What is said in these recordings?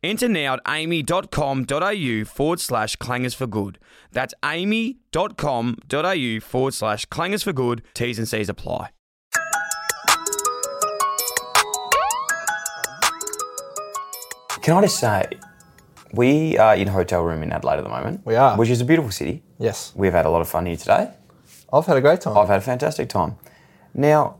Enter now at amy.com.au forward slash clangers for good. That's amy.com.au forward slash clangers for good. T's and C's apply. Can I just say, we are in a hotel room in Adelaide at the moment. We are. Which is a beautiful city. Yes. We've had a lot of fun here today. I've had a great time. I've had a fantastic time. Now,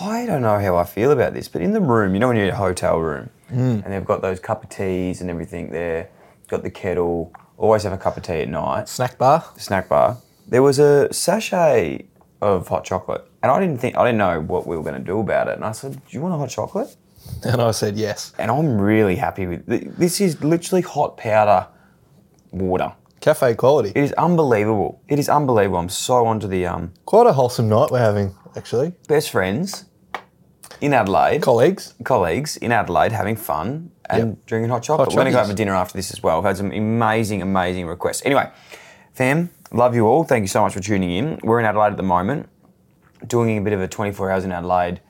I don't know how I feel about this, but in the room, you know, when you're in a hotel room and they've got those cup of teas and everything there, got the kettle, always have a cup of tea at night, Snack bar. the snack bar. There was a sachet of hot chocolate, and I didn't think, I didn't know what we were going to do about it. And I said, Do you want a hot chocolate? And I said yes. And I'm really happy with th- this. Is literally hot powder water. Cafe quality. It is unbelievable. It is unbelievable. I'm so onto the um, Quite a wholesome night we're having, actually. best friends in Adelaide. Colleagues. colleagues in Adelaide having fun and Yep. drinking hot chocolate. Hot We're going to go out chocolates. for dinner after this as well. I've had some amazing, amazing requests. Anyway, fam, love you all. Thank you so much for tuning in. We're in Adelaide at the moment, doing a bit of a 24 hours in Adelaide.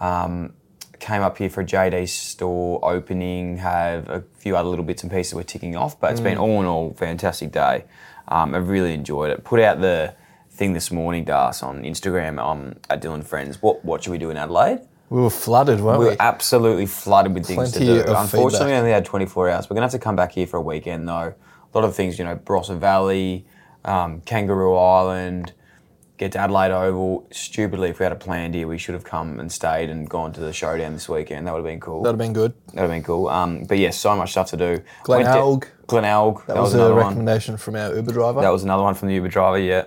Um, came up here for a JD store opening, have a few other little bits and pieces we're ticking off, but it's been Mm. all in all fantastic day. Um, I've really enjoyed it. Put out the thing this morning, Das, on Instagram um, at Dylan Friends. What, what should we do in Adelaide? We were flooded, weren't We we? were absolutely flooded with things Plenty to do. of Unfortunately, we feedback. only had 24 hours. We're going to have to come back here for a weekend, though. A lot of things, you know, Barossa Valley, um, Kangaroo Island, get to Adelaide Oval. Stupidly, if we had a planned here, we should have come and stayed and gone to the showdown this weekend. That would have been cool. That'd have been good. That would have been cool. Um, but yes, so much stuff to do. Went to- Glenelg. Glenelg. That was, a another one. recommendation from our Uber driver. That was another one from the Uber driver, yeah.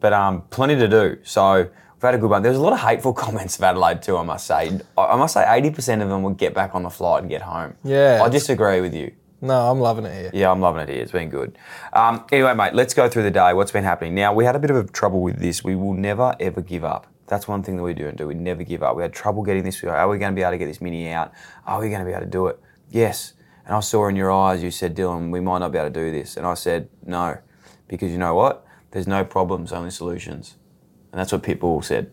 But um, plenty to do. So we've had a good one. There was a lot of hateful comments of Adelaide too, I must say. I I must say 80% of them would get back on the flight and get home. Yeah. I disagree with you. no, I'm loving it here. Yeah, I'm loving it here. It's been good. Um, anyway, mate, let's go through the day. What's been happening? Now, we had a bit of a trouble with this. We will never, ever give up. That's one thing that we don't do. We never give up. We had trouble getting this. We go, Are we going to be able to get this mini out? Are we going to be able to do it? Yes. And I saw in your eyes, you said, Dylan, we might not be able to do this. And I said, no, because you know what? There's no problems, only solutions. And that's what Pitbull said.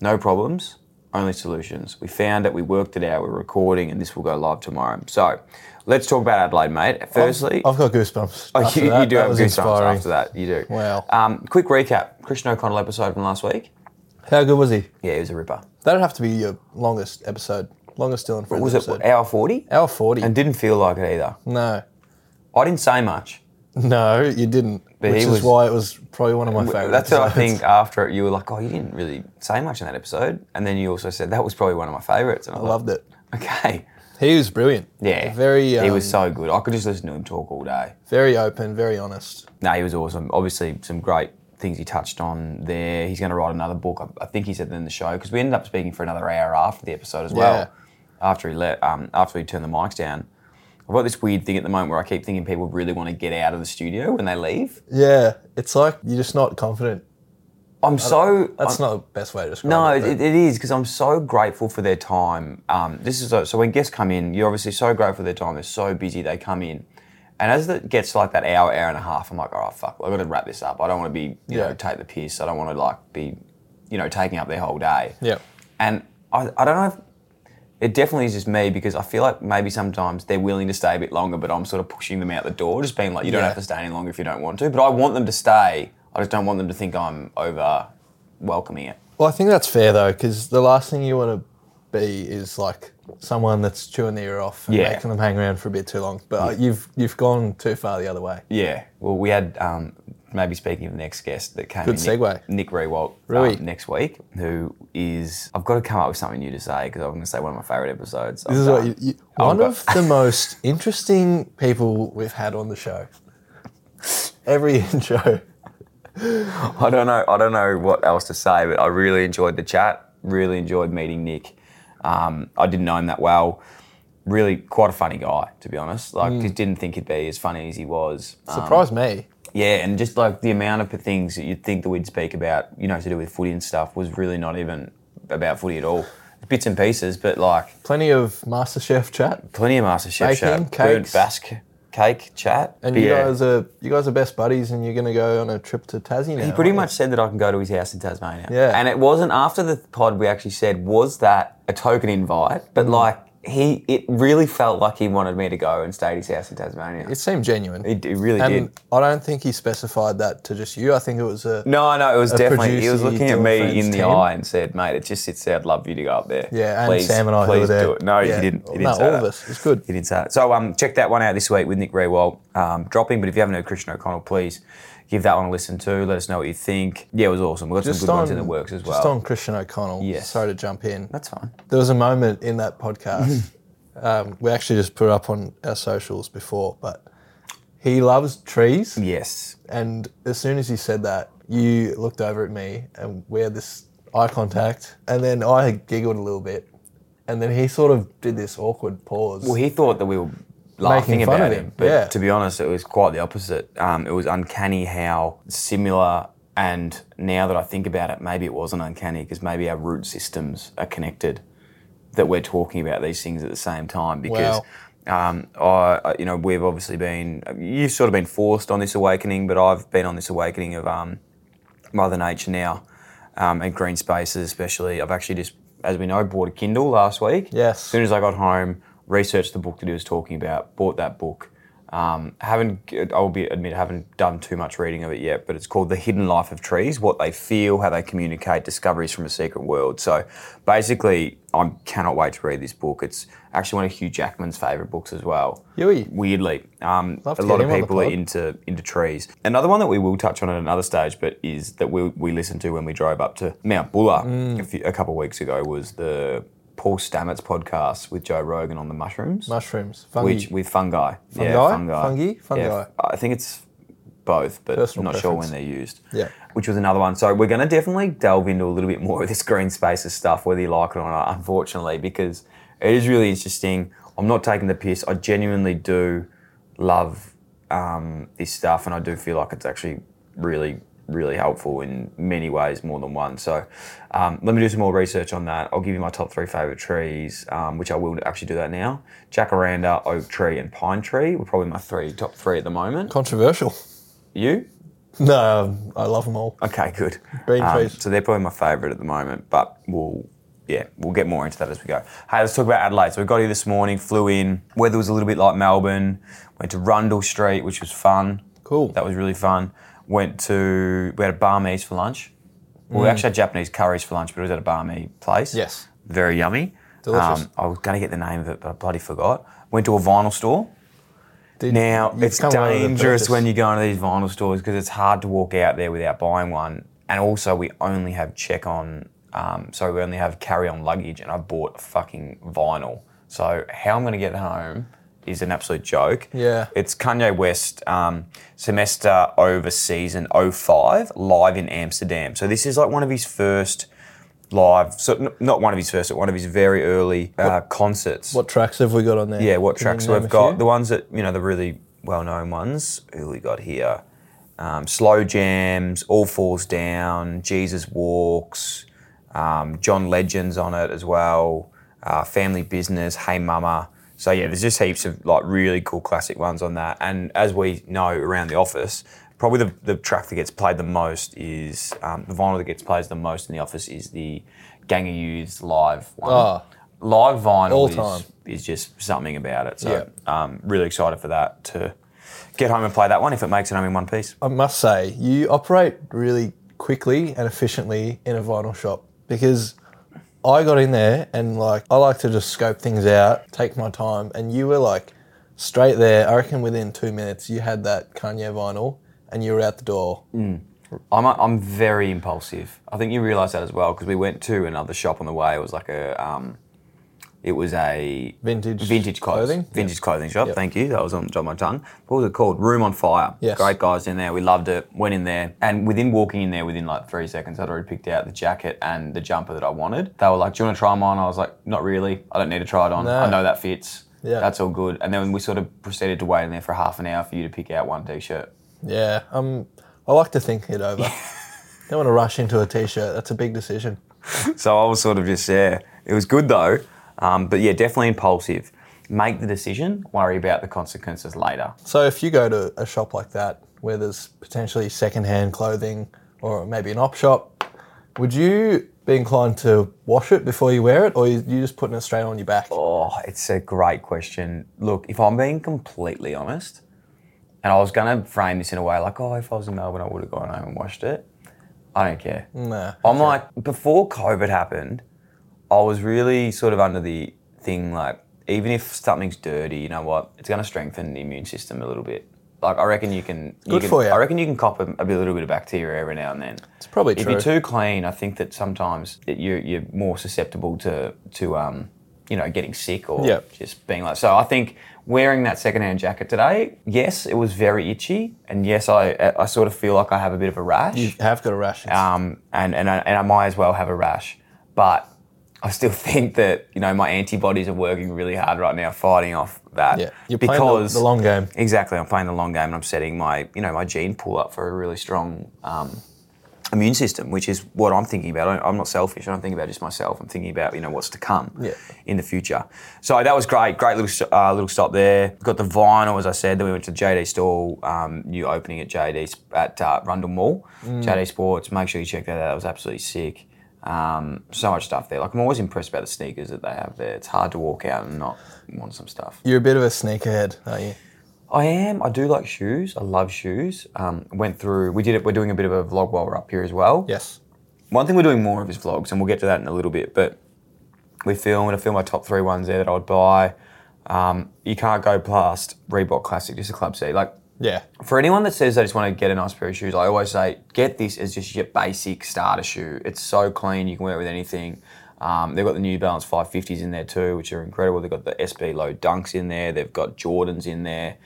No problems, only solutions. We found it, we worked it out, we're recording, and this will go live tomorrow. So let's talk about Adelaide, mate. Firstly, I've got goosebumps. Oh, after you, that. you do That have was goosebumps inspiring. after that. You do. Wow. Um, quick recap Christian O'Connell episode from last week. How good was he? Yeah, he was a ripper. That'd have to be your longest episode. Longest Dylan Friends Was it episode. hour 40? Hour 40. And didn't feel like it either. no. I didn't say much. No, you didn't. But which he is was- why it was probably one of my favourite That's what I episodes. think after it, you were like, oh, you didn't really say much in that episode. And then you also said, that was probably one of my favourites. And I, I loved it. Okay. He was brilliant. Yeah. Very, um, he was so good. I could just listen to him talk all day. very open, very honest. No, he was awesome. Obviously, some great things he touched on there. He's going to write another book. I- I think he said that in the show because we ended up speaking for another hour after the episode as well. Yeah. After he let, um, after he turned the mics down. I've got this weird thing at the moment where I keep thinking people really want to get out of the studio when they leave. Yeah, it's like you're just not confident. I'm so That's not the best way to describe No, it. but it, it is because I'm so grateful for their time. Um, this is so, so when guests come in, you're obviously so grateful for their time. They're so busy. They come in, and as it gets to like that hour, hour and a half, I'm like, oh fuck, I got to wrap this up. I don't want to be, you know, Yeah. take the piss. I don't want to like be, you know, taking up their whole day. Yeah. And I, I don't know if it definitely is just me because I feel like maybe sometimes they're willing to stay a bit longer, but I'm sort of pushing them out the door, just being like, you don't Yeah. have to stay any longer if you don't want to. But I want them to stay. I just don't want them to think I'm over welcoming it. Well, I think that's fair though, because the last thing you want to be is like someone that's chewing the ear off and Yeah. making them hang around for a bit too long. But uh, you've you've gone too far the other way. Yeah. Well, we had um, maybe speaking of the next guest that came. Good in, Nick- segue. Nick Rewalt Really? um, next week, who is I've got to come up with something new to say because I'm going to say one of my favourite episodes. This is what you, you, one got- of the most interesting people we've had on the show. Every intro. I don't know. I don't know what else to say, but I really enjoyed the chat. Really enjoyed meeting Nick. Um, I didn't know him that well. Hmm. Really, quite a funny guy, to be honest. Like, just didn't think he'd be as funny as he was. Um, Surprised me. Yeah, and just like the amount of things that you'd think that we'd speak about, you know, to do with footy and stuff, was really not even about footy at all. Bits and pieces, but like Plenty of MasterChef chat, plenty of MasterChef Baking, chat, cakes. basque cake chat, and But you yeah. guys are you guys are best buddies, and you're gonna go on a trip to Tassie now. He pretty aren't you? much said that I can go to his house in Tasmania. Yeah. And it wasn't after the pod we actually said, was that a token invite? Mm. But like he it really felt like he wanted me to go and stay at his house in Tasmania. It seemed genuine. It, it really and did. I don't think he specified that to just you. I think it was uh, a No, no, it was definitely he was producer looking at doing me Friends in the team? eye and said, Mate, it just sits there, I'd love you to go up there. yeah. And Sam and I who please were there. do it. No, Yeah. he didn't. He didn't no, say all that. of us. It's good. He didn't say that. So um, check that one out this week with Nick Rewald um, dropping. But if you haven't heard Christian O'Connell, please give that one a listen to. Let us know what you think. Yeah, it was awesome. We've got some good ones in the works as well. Just on Christian O'Connell. Yes. Sorry to jump in. That's fine. There was a moment in that podcast. um, we actually just put it up on our socials before, but he loves trees. Yes. And as soon as he said that, you looked over at me and we had this eye contact. And then I giggled a little bit. And then he sort of did this awkward pause. Well, he thought that we were laughing fun about of him, him, but yeah. to be honest, it was quite the opposite. Um, it was uncanny how similar. And now that I think about it, maybe it wasn't uncanny because maybe our root systems are connected. That we're talking about these things at the same time because. Wow. Um, I, I- you know, we've obviously been, you've sort of been forced on this awakening, but I've been on this awakening of um, Mother Nature now um, and green spaces, especially. I've actually just, as we know, bought a Kindle last week. Yes. As soon as I got home, researched the book that he was talking about, bought that book. Um, haven't, I'll be admit, haven't done too much reading of it yet, but it's called The Hidden Life of Trees: What They Feel, How They Communicate, Discoveries from a Secret World. So, basically, I cannot wait to read this book. It's actually one of Hugh Jackman's favorite books as well. Huey. Weirdly, um, Love a to lot get of him on the people are pod. into into trees. Another one that we will touch on at another stage, but is that we we listened to when we drove up to Mount Buller Mm. a, few, a couple of weeks ago was the Paul Stamets podcast with Joe Rogan on the mushrooms, Mushrooms. Fungi. which with fungi, yeah, Fungi? fungi, Fungi? Yeah, Fungi. f- I think it's both, but Personal not sure when preference. they're used. Yeah. Which was another one. So we're going to definitely delve into a little bit more of this green spaces stuff, whether you like it or not, unfortunately, because it is really interesting. I'm not taking the piss. I genuinely do love um, this stuff, and I do feel like it's actually really, really helpful in many ways, more than one. So um, let me do some more research on that. I'll give you my top three favorite trees, um, which I will actually do that now. Jacaranda, oak tree, and pine tree were probably my three top three at the moment. Controversial. You? No, I love them all. Okay, good. Um, Green trees. So they're probably my favourite at the moment, but we'll yeah, we'll get more into that as we go. Hey, let's talk about Adelaide. So we got here this morning, flew in. Weather was a little bit like Melbourne. Went to Rundle Street, which was fun. Cool. That was really fun. Went to we had a Barmese for lunch. Well, we actually had Japanese curries for lunch, but it was at a Barmese place. Mm. Yes. Very yummy. Delicious. Um, I was going to get the name of it, but I bloody forgot. Went to a vinyl store. Did- Now you've it's come away with a dangerous purpose. when you go into these vinyl stores because it's hard to walk out there without buying one. And also, we only have check on, um, so we only have carry on luggage, and I bought a fucking vinyl. So how I'm going to get home is an absolute joke. Yeah. it's Kanye West um, semester over season 05 live in Amsterdam. So this is like one of his first live, so n- not one of his first, but one of his very early uh, concerts. What tracks have we got on there? Yeah, what Can you tracks name we've a got. few? The ones that, you know, the really well known ones. Who we got here? Um, Slow Jams, All Falls Down, Jesus Walks, um, John Legend's on it as well, uh, Family Business, Hey Mama. So yeah, there's just heaps of like really cool classic ones on that. And as we know around the office, probably the, the track that gets played the most is um, the vinyl that gets played the most in the office is the Gang of Youths live one. Ah. Live vinyl All is- time. is just something about it. So Yeah. um, really excited for that to get home and play that one if it makes it home in one piece. I must say, you operate really quickly and efficiently in a vinyl shop because I got in there and like I like to just scope things out, take my time, and you were like straight there. I reckon within two minutes you had that Kanye vinyl and you were out the door. I'm, a, I'm very impulsive. I think you realise that as well because we went to another shop on the way. It was like a, um, it was a Vintage vintage clothes, clothing? vintage clothing shop. Yep. Thank you. That was on, on my tongue. What was it called? Room on Fire. Yes. Great guys in there. We loved it. Went in there and within walking in there, within like three seconds, I'd already picked out the jacket and the jumper that I wanted. They were like, "Do you want to try them on?" I was like, "Not really. I don't need to try it on. No. I know that fits. Yeah. That's all good." And then we sort of proceeded to wait in there for half an hour for you to pick out one t-shirt. Yeah, um, I like to think it over. Don't want to rush into a t-shirt. That's a big decision. So I was sort of just yeah. It was good though, um, but yeah, definitely impulsive. Make the decision. Worry about the consequences later. So if you go to a shop like that where there's potentially secondhand clothing or maybe an op shop, would you be inclined to wash it before you wear it, or you you just putting it straight on your back? Oh, it's a great question. Look, if I'm being completely honest, and I was going to frame this in a way like, oh, if I was in Melbourne, I would have gone home and washed it. I don't care. Nah. I'm like, before COVID happened, I was really sort of under the thing like, even if something's dirty, you know what? It's going to strengthen the immune system a little bit. Like, I reckon you can. Good can, for ya. I reckon you can cop a, a little bit of bacteria every now and then. It's probably if true. you're too clean, I think that sometimes that you're, you're more susceptible to to um, you know getting sick or Yep. just being like. So I think wearing that secondhand jacket today, yes, it was very itchy, and yes, I I I sort of feel like I have a bit of a rash You have got a rash. um, and and I, and I might as well have a rash. But I still think that you know my antibodies are working really hard right now, fighting off that. yeah, you're playing the, the long game. Exactly, I'm playing the long game, and I'm setting my you know my gene pool up for a really strong um, immune system, which is what I'm thinking about. I- I'm not selfish. I don't think about just myself. I'm thinking about you know what's to come Yeah. in the future. So that was great. Great little st- uh, little stop there. Got the vinyl, as I said. Then we went to JD Stall, um, new opening at JD sp- at uh, Rundle Mall, JD Sports. Make sure you check that out. That was absolutely sick. Um, so much stuff there. Like I'm always impressed about the sneakers that they have there. It's hard to walk out and not want some stuff. You're a bit of a sneakerhead, aren't you? I am. I do like shoes. I love shoes. Um, went through. We did it. We're doing a bit of a vlog while we're up here as well. Yes. One thing we're doing more of is vlogs, and we'll get to that in a little bit. But we film. I'm gonna film my top three ones there that I would buy. Um, you can't go past Reebok Classic, just a club C. Like Yeah. for anyone that says they just want to get a nice pair of shoes, I always say get this as just your basic starter shoe. It's so clean, you can wear it with anything. Um, they've got the New Balance 550s in there too, which are incredible. They've got the SB Low Dunks in there. They've got Jordans in there.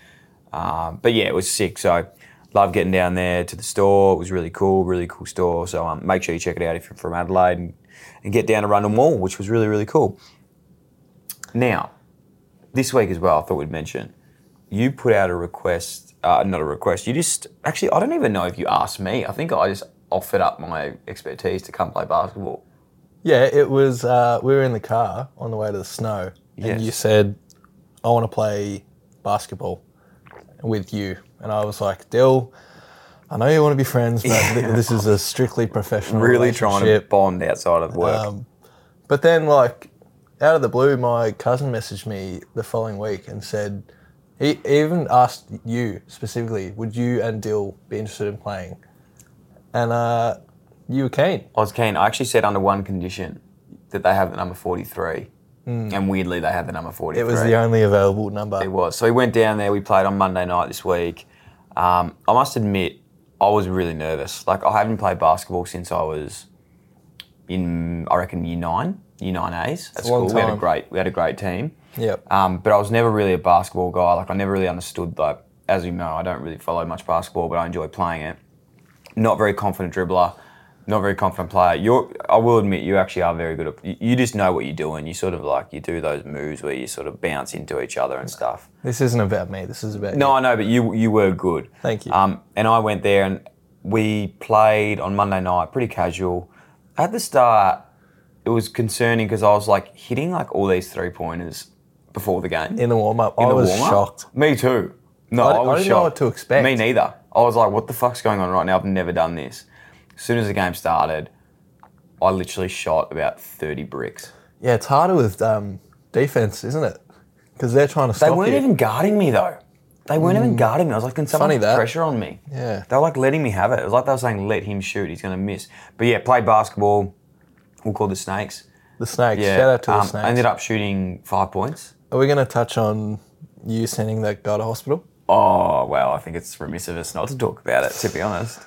Um, but yeah, it was sick. So love getting down there to the store. It was really cool, really cool store. So um, make sure you check it out if you're from Adelaide and, and get down to Rundle Mall, which was really, really cool. Now, this week as well, I thought we'd mention you put out a request, uh, not a request. You just actually, I don't even know if you asked me. I think I just offered up my expertise to come play basketball. Yeah, it was. Uh, we were in the car on the way to the snow, Yes. and you said, "I want to play basketball with you," and I was like, "Dill, I know you want to be friends, but th- this is a strictly professional Really trying to relationship." bond outside of work. Um, but then, like, out of the blue, my cousin messaged me the following week and said he even asked you specifically, "Would you and Dill be interested in playing?" And uh, you were keen. I was keen. I actually said under one condition that they have the number forty-three, and weirdly they had the number Hmm. It forty-three. was the only available number. It was. So we went down there. We played on Monday night this week. Um, I must admit, I was really nervous. Like I haven't played basketball since I was in, I reckon, year nine, year nine A's at a long school. We had a time. great, we had a great team. Yep. Um, but I was never really a basketball guy. Like I never really understood. Like as you know, I don't really follow much basketball, but I enjoy playing it. Not very confident dribbler. Not very confident player. You're. I will admit, you actually are very good at. You, you just know what you're doing. You sort of like you do those moves where you sort of bounce into each other and stuff. This isn't about me. This is about No, You. I know, but you you were good. Thank you. Um, and I went there and we played on Monday night, pretty casual. At the start, it was concerning because I was like hitting like all these three pointers before the game. In the warm up, I the was warm-up. shocked. Me too. No, I I, di- I was didn't know shocked. what to expect. Me neither. I was like, what the fuck's going on right now? I've never done this. As soon as the game started, I literally shot about 30 bricks. Yeah, it's harder with um, defense, isn't it? Because they're trying to They stop weren't you. even guarding me though. They weren't even guarding me. I was like, can someone Funny put that. pressure on me? Yeah. They were like letting me have it. It was like they were saying, let him shoot. He's going to miss. But yeah, played basketball. We'll call the Snakes. the snakes. Yeah. Shout out to um, the snakes. Ended up shooting five points. Are we going to touch on you sending that guy to hospital? Oh, well, I think it's remiss of us not to talk about it, to be honest.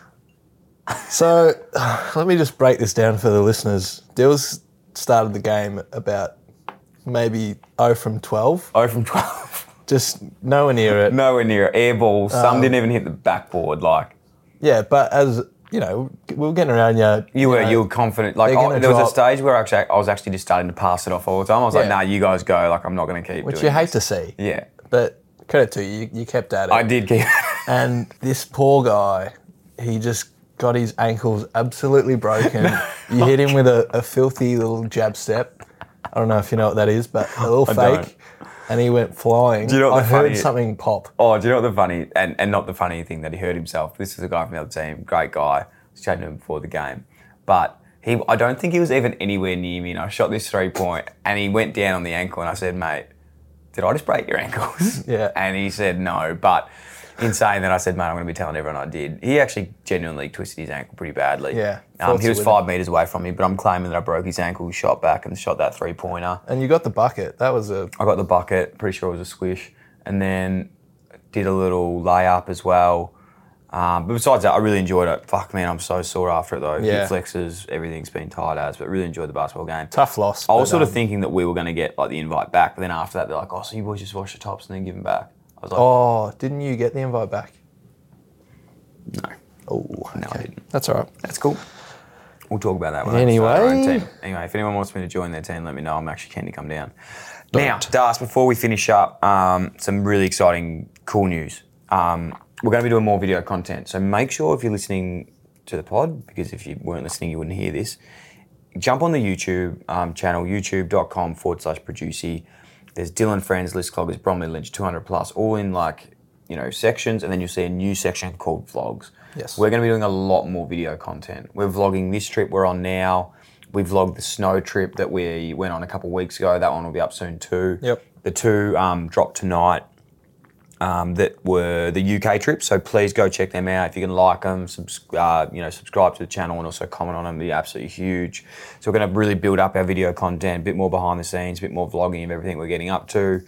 So let me just break this down for the listeners. Dills started the game about maybe 0 from 12. Oh, from 12. Just nowhere near it. Nowhere near it. Air ball. Um, Some didn't even hit the backboard. Like, Yeah, but as, you know, we were getting around you. you were, know, you were confident. Like, they're I, gonna there was a drop. stage where actually, I was actually just starting to pass it off all the time. I was like, Yeah. nah, you guys go. Like, I'm not going to keep Which you doing hate to see. it. Yeah. But credit to you, you, you kept at it. I did keep. and this poor guy, he just got his ankles absolutely broken. You hit him with a, a filthy little jab step. I don't know if you know what that is, but a little don't. fake. And he went flying. you know what I the heard funny- something pop. Oh, do you know what the funny and, and not the funny thing that he hurt himself? This is a guy from the other team, great guy. I was chatting to him before the game, but he I don't think he was even anywhere near me. And I shot this three point, and he went down on the ankle, and I said, mate, did I just break your ankles? Yeah. And he said no, but in saying that, I said, mate, I'm going to be telling everyone I did. He actually genuinely twisted his ankle pretty badly. Yeah, Um, thoughts he was with five meters away from me, but I'm claiming that I broke his ankle, shot back, and shot that three pointer. And you got the bucket. That was a I got the bucket, pretty sure it was a squish, and then did a little layup as well. Um, but besides that, I really enjoyed it. Fuck, man, I'm so sore after it though. Yeah. Hip flexes, everything's been tired as, but really enjoyed the basketball game. tough loss. I was but, sort um, of thinking that we were going to get like the invite back, but then after that, they're like, "Oh, so you boys just wash the tops and then give them back." I was like, Oh, didn't you get the invite back? No. Oh, No, I okay. didn't. That's all right. "That's cool." We'll talk about that when anyway. I start our Anyway. own team. Anyway, if anyone wants me to join their team, let me know. I'm actually keen to come down. Now, Das, before we finish up, um, some really exciting, cool news. Um, we're going to be doing more video content, so make sure if you're listening to the pod, because if you weren't listening, you wouldn't hear this. Jump on the YouTube um, channel, youtube.com forward slash producy. There's Dylan Friends, List Cloggers, Bromley Lynch, 200 plus, all in like, you know, sections, and then you'll see a new section called vlogs. Yes. We're going to be doing a lot more video content. We're vlogging this trip we're on now. We vlogged the snow trip that we went on a couple weeks ago. That one will be up soon too. Yep. The two um, dropped tonight um, that were the UK trips. So please go check them out. If you can like them, subs- uh, you know, subscribe to the channel and also comment on them. It'd be absolutely huge. So we're going to really build up our video content, a bit more behind the scenes, a bit more vlogging of everything we're getting up to.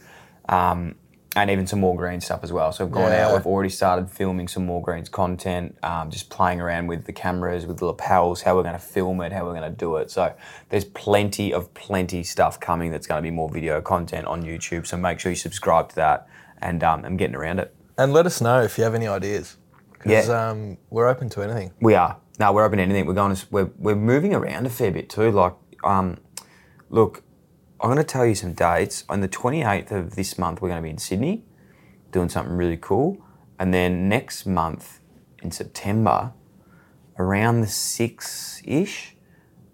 Um, and even some more green stuff as well. So we've gone Yeah. out, we've already started filming some more greens content, um, just playing around with the cameras, with the lapels, how we're going to film it, how we're going to do it. So there's plenty of plenty stuff coming that's going to be more video content on YouTube. So make sure you subscribe to that and um, I'm getting around it. And let us know if you have any ideas. Because Yeah. um, we're open to anything. We are. No, we're open to anything. We're going. To, we're we're moving around a fair bit too. Like, um, look, I'm going to tell you some dates. On the 28th of this month, we're going to be in Sydney, doing something really cool, and then next month, in September, around the six ish,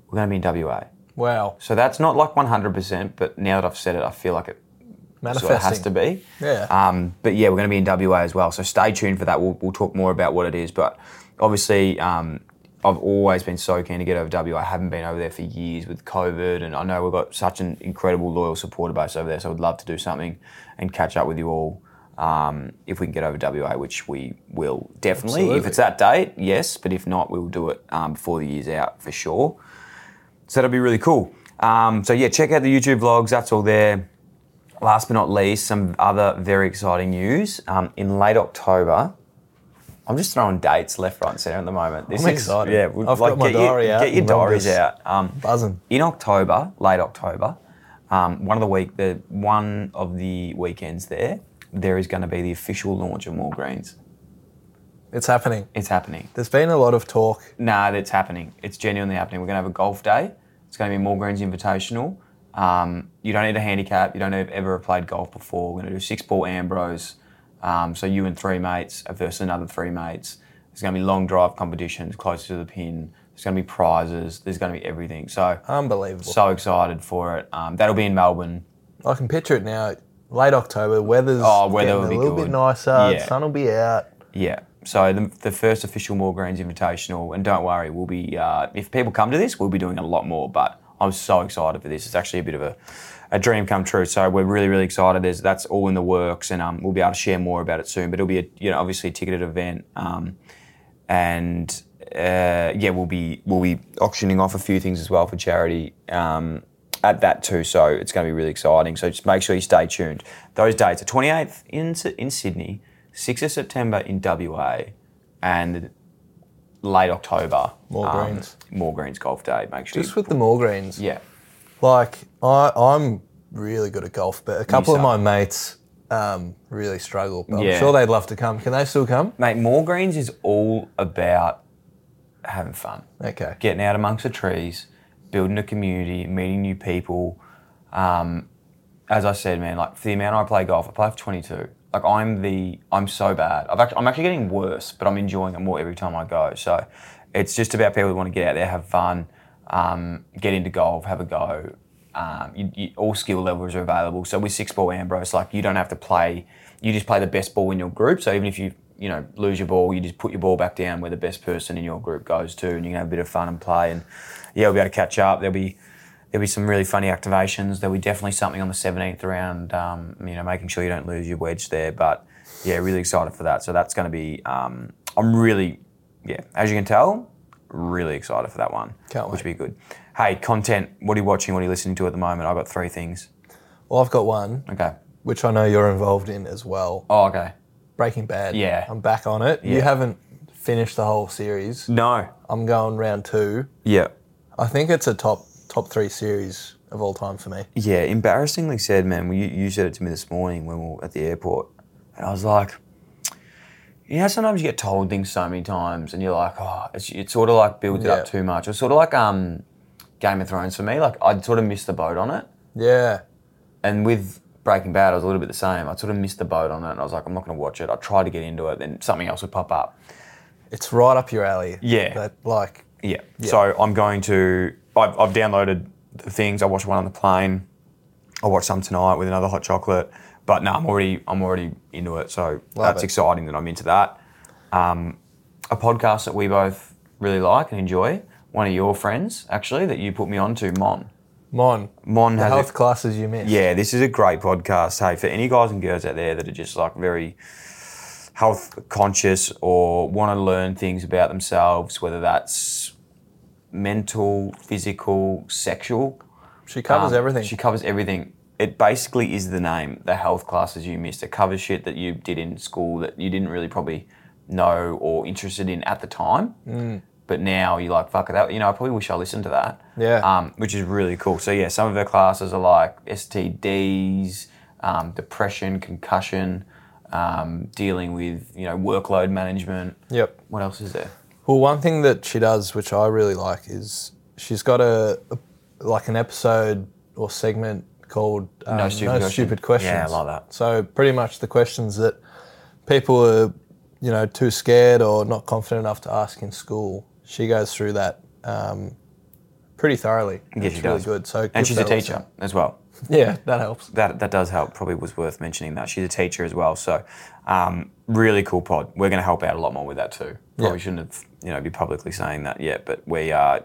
we're going to be in WA. Wow. So that's not like 100%, but now that I've said it, I feel like it so Manifesting. it has to be. Yeah. Um, but yeah, we're going to be in WA as well. So stay tuned for that. We'll, we'll talk more about what it is. But obviously, um, I've always been so keen to get over to WA. I haven't been over there for years with COVID. And I know we've got such an incredible, loyal supporter base over there. So I'd love to do something and catch up with you all. Um, if we can get over to WA, which we will definitely. If Absolutely. it's that date, yes. But if not, we'll do it um, before the year's out for sure. So that'll be really cool. Um, so yeah, check out the YouTube vlogs. That's all there. Last but not least, some other very exciting news. Um, in late October, I'm just throwing dates left, right, and centre at the moment. This I'm is- excited. Yeah, we- I've got my get diary your, out Get your and I'm diaries just- out. Um, Buzzing. in October, late October, um, one of the week, the one of the weekends there, there is going to be the official launch of More Greens. It's happening. It's happening. There's been a lot of talk. Nah, that's happening. It's genuinely happening. We're going to have a golf day. It's going to be more greens invitational. Um, you don't need a handicap. You don't have ever have played golf before. We're going to do six ball Ambrose. Um, so you and three mates versus another three mates. There's going to be long drive competitions closer to the pin. There's going to be prizes. There's going to be everything. So Unbelievable. so excited for it. Um, that'll be in Melbourne. I can picture it now. Late October, weather's Oh, weather getting will a be little good. bit nicer. Yeah. Sun will be out. Yeah. So the, the first official More Greens Invitational, and don't worry, we'll be uh, if people come to this, we'll be doing a lot more. But I'm so excited for this. It's actually a bit of a, a dream come true. So we're really really excited. There's, that's all in the works, and um, we'll be able to share more about it soon. But it'll be a you know obviously a ticketed event. Um, and uh, yeah, we'll be we'll be auctioning off a few things as well for charity um, at that too. So it's going to be really exciting. So just make sure you stay tuned. Those dates are 28th in Sy- in Sydney, 6th of September in WA, and late October. um, More greens. More greens golf day. Make sure. Just you, with the more greens. yeah. Like I, I'm really good at golf, but a couple of suck. my mates um, really struggle. But Yeah. I'm sure they'd love to come. Can they still come? Mate, more greens is all about having fun. Okay. getting out amongst the trees, building a community, meeting new people. Um, as I said, man, like for the amount I play golf, I play for 22. like I'm the I'm so bad. I've act I'm actually getting worse, but I'm enjoying it more every time I go. So it's just about people who want to get out there, have fun, um, get into golf, have a go. Um, you, you, all skill levels are available. So with six ball Ambrose, like you don't have to play. You just play the best ball in your group. So even if you you know lose your ball, you just put your ball back down where the best person in your group goes to, and you can have a bit of fun and play. And yeah, we'll be able to catch up. There'll be there'll be some really funny activations. There'll be definitely something on the 17th round, um, you know, making sure you don't lose your wedge there. But yeah, really excited for that. So that's going to be, um, I'm really, yeah, as you can tell, really excited for that one. Can't Which will be good. Hey, content, what are you watching? What are you listening to at the moment? I've got three things. Well, I've got one, Okay. which I know you're involved in as well. Oh, okay. Breaking Bad. Yeah. I'm back on it. You Yeah. haven't finished the whole series. No. I'm going round two. Yeah. I think it's a top top three series of all time for me. Yeah, embarrassingly said, man. Well, You, you said it to me this morning when we were at the airport, and I was like, you know, sometimes you get told things so many times, and you're like, oh, it's, it sort of like builds it up Yeah. too much. It's sort of like um, Game of Thrones for me. Like I'd sort of missed the boat on it, Yeah. and with Breaking Bad, I was a little bit the same. I sort of missed the boat on it, and I was like, I'm not going to watch it. I tried to get into it, then something else would pop up. It's right up your alley. Yeah. But like Yeah. So I'm going to. I've, I've downloaded the things. I watched one on the plane. I watched some tonight with another hot chocolate. But no, I'm already I'm already into it. So that's it. exciting that I'm into that. Um, a podcast that we both really like and enjoy. One of your friends actually that you put me on to, Mon. Mon. Mon The has health a- classes you missed. yeah, this is a great podcast. Hey, for any guys and girls out there that are just like very health conscious or want to learn things about themselves, whether that's mental, physical, sexual, She covers um, everything. She covers everything. It basically is the name, the health classes you missed. It covers shit that you did in school that you didn't really probably know or interested in at the time. Mm. But now you're like, fuck it, that, you know, I probably wish I listened to that. Yeah. Um, which is really cool. So, yeah, some of her classes are like STDs, um, depression, concussion, um, dealing with, you know, workload management. yep. What else is there? Well, one thing that she does, which I really like, is she's got a, a- like an episode or segment called um, No Stupid Question. Stupid Questions. Yeah, I like that. So pretty much the questions that people are, you know, too scared or not confident enough to ask in school. She goes through that um, pretty thoroughly. Yeah, It's she really does. good. So give And she's a that a teacher as well. listen. Yeah, that helps. that that does help. Probably was worth mentioning that she's a teacher as well. So um, really cool pod. We're going to help out a lot more with that too. Probably Yeah. shouldn't have you know be publicly saying that yet, but we are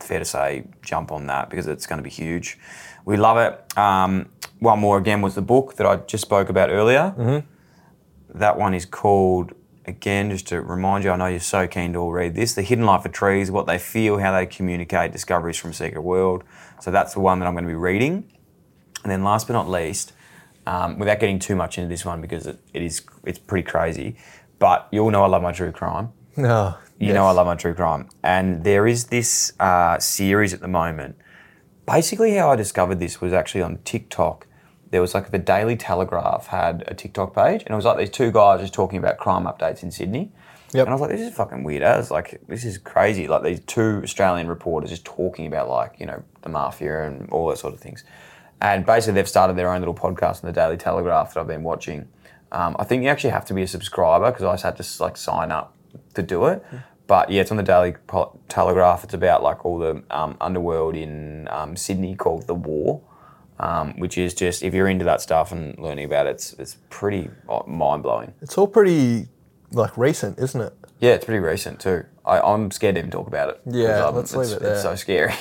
fair to say jump on that because it's going to be huge. We love it. Um, one more again was the book that I just spoke about earlier. That one is called, again, just to remind you, I know you're so keen to all read this The Hidden Life of Trees, What They Feel, How They Communicate, Discoveries from Secret World. So that's the one that I'm going to be reading. And then last but not least, um, without getting too much into this one because it, it is it's pretty crazy, but you all know I love my true crime. No. You know I love my true crime. And there is this uh, series at the moment. Basically, how I discovered this was actually on TikTok. There was like the Daily Telegraph had a TikTok page, and it was like these two guys just talking about crime updates in Sydney. Yep. And I was like, this is fucking weird. I was like, this is crazy. Like these two Australian reporters just talking about like, you know, the mafia and all those sort of things. And basically, they've started their own little podcast on the Daily Telegraph that I've been watching. Um, I think you actually have to be a subscriber because I just had to like sign up to do it. But yeah, it's on the Daily Po- Telegraph. It's about like all the um, underworld in um, Sydney called the War, um, which is just if you're into that stuff and learning about it, it's it's pretty uh, mind blowing. It's all pretty like recent, isn't it? Yeah, it's pretty recent too. I, I'm scared to even talk about it. 'cause Yeah, I'm- let's it's, leave it It's so there. scary.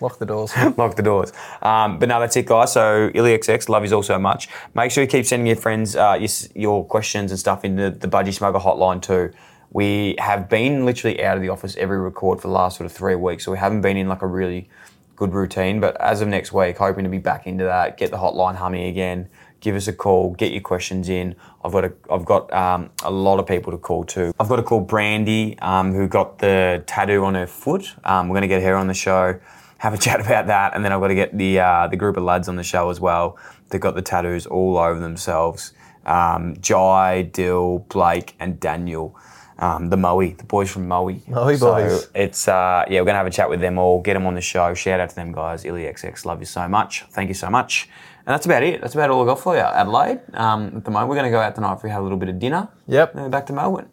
Lock the doors. Lock the doors. Um, but no, that's it, guys. So IllyXX, love you all so much. Make sure you keep sending your friends uh, your, s- your questions and stuff into the, the Budgie Smoker hotline too. We have been literally out of the office every record for the last sort of three weeks, so we haven't been in like a really good routine. But as of next week, hoping to be back into that, get the hotline humming again. Give us a call. Get your questions in. I've got a, I've got um, a lot of people to call too. I've got to call Brandy, um, who got the tattoo on her foot. Um, we're going to get her on the show have a chat about that, and then I've got to get the uh, the group of lads on the show as well. They've got the tattoos all over themselves. Um, Jai, Dill, Blake, and Daniel. um, the Moe, the boys from Moe. Moe so boys. It's uh, yeah, we're gonna have a chat with them all, get them on the show. Shout out to them guys, IllyXX, love you so much. Thank you so much. And that's about it. That's about all I got for you, Adelaide. Um, at the moment, we're gonna go out tonight for we had a little bit of dinner. Yep. Then we're back to Melbourne.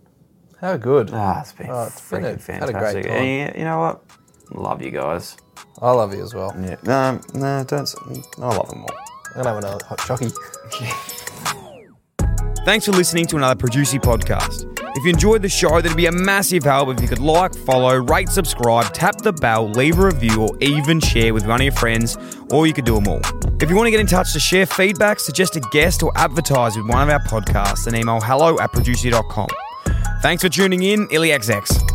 How good. Ah, it's been Oh, it's been freaking a- had a fantastic. great time. And you, you know what? Love you guys. I love you as well. Yeah. No, no, don't. s- I love them all. I'm going to have another hot chockey. Thanks for listening to another Producy podcast. If you enjoyed the show, that'd be a massive help if you could like, follow, rate, subscribe, tap the bell, leave a review, or even share with one of your friends, or you could do them all. If you want to get in touch to share feedback, suggest a guest, or advertise with one of our podcasts, then email hello at producer.com. Thanks for tuning in, IllyXX.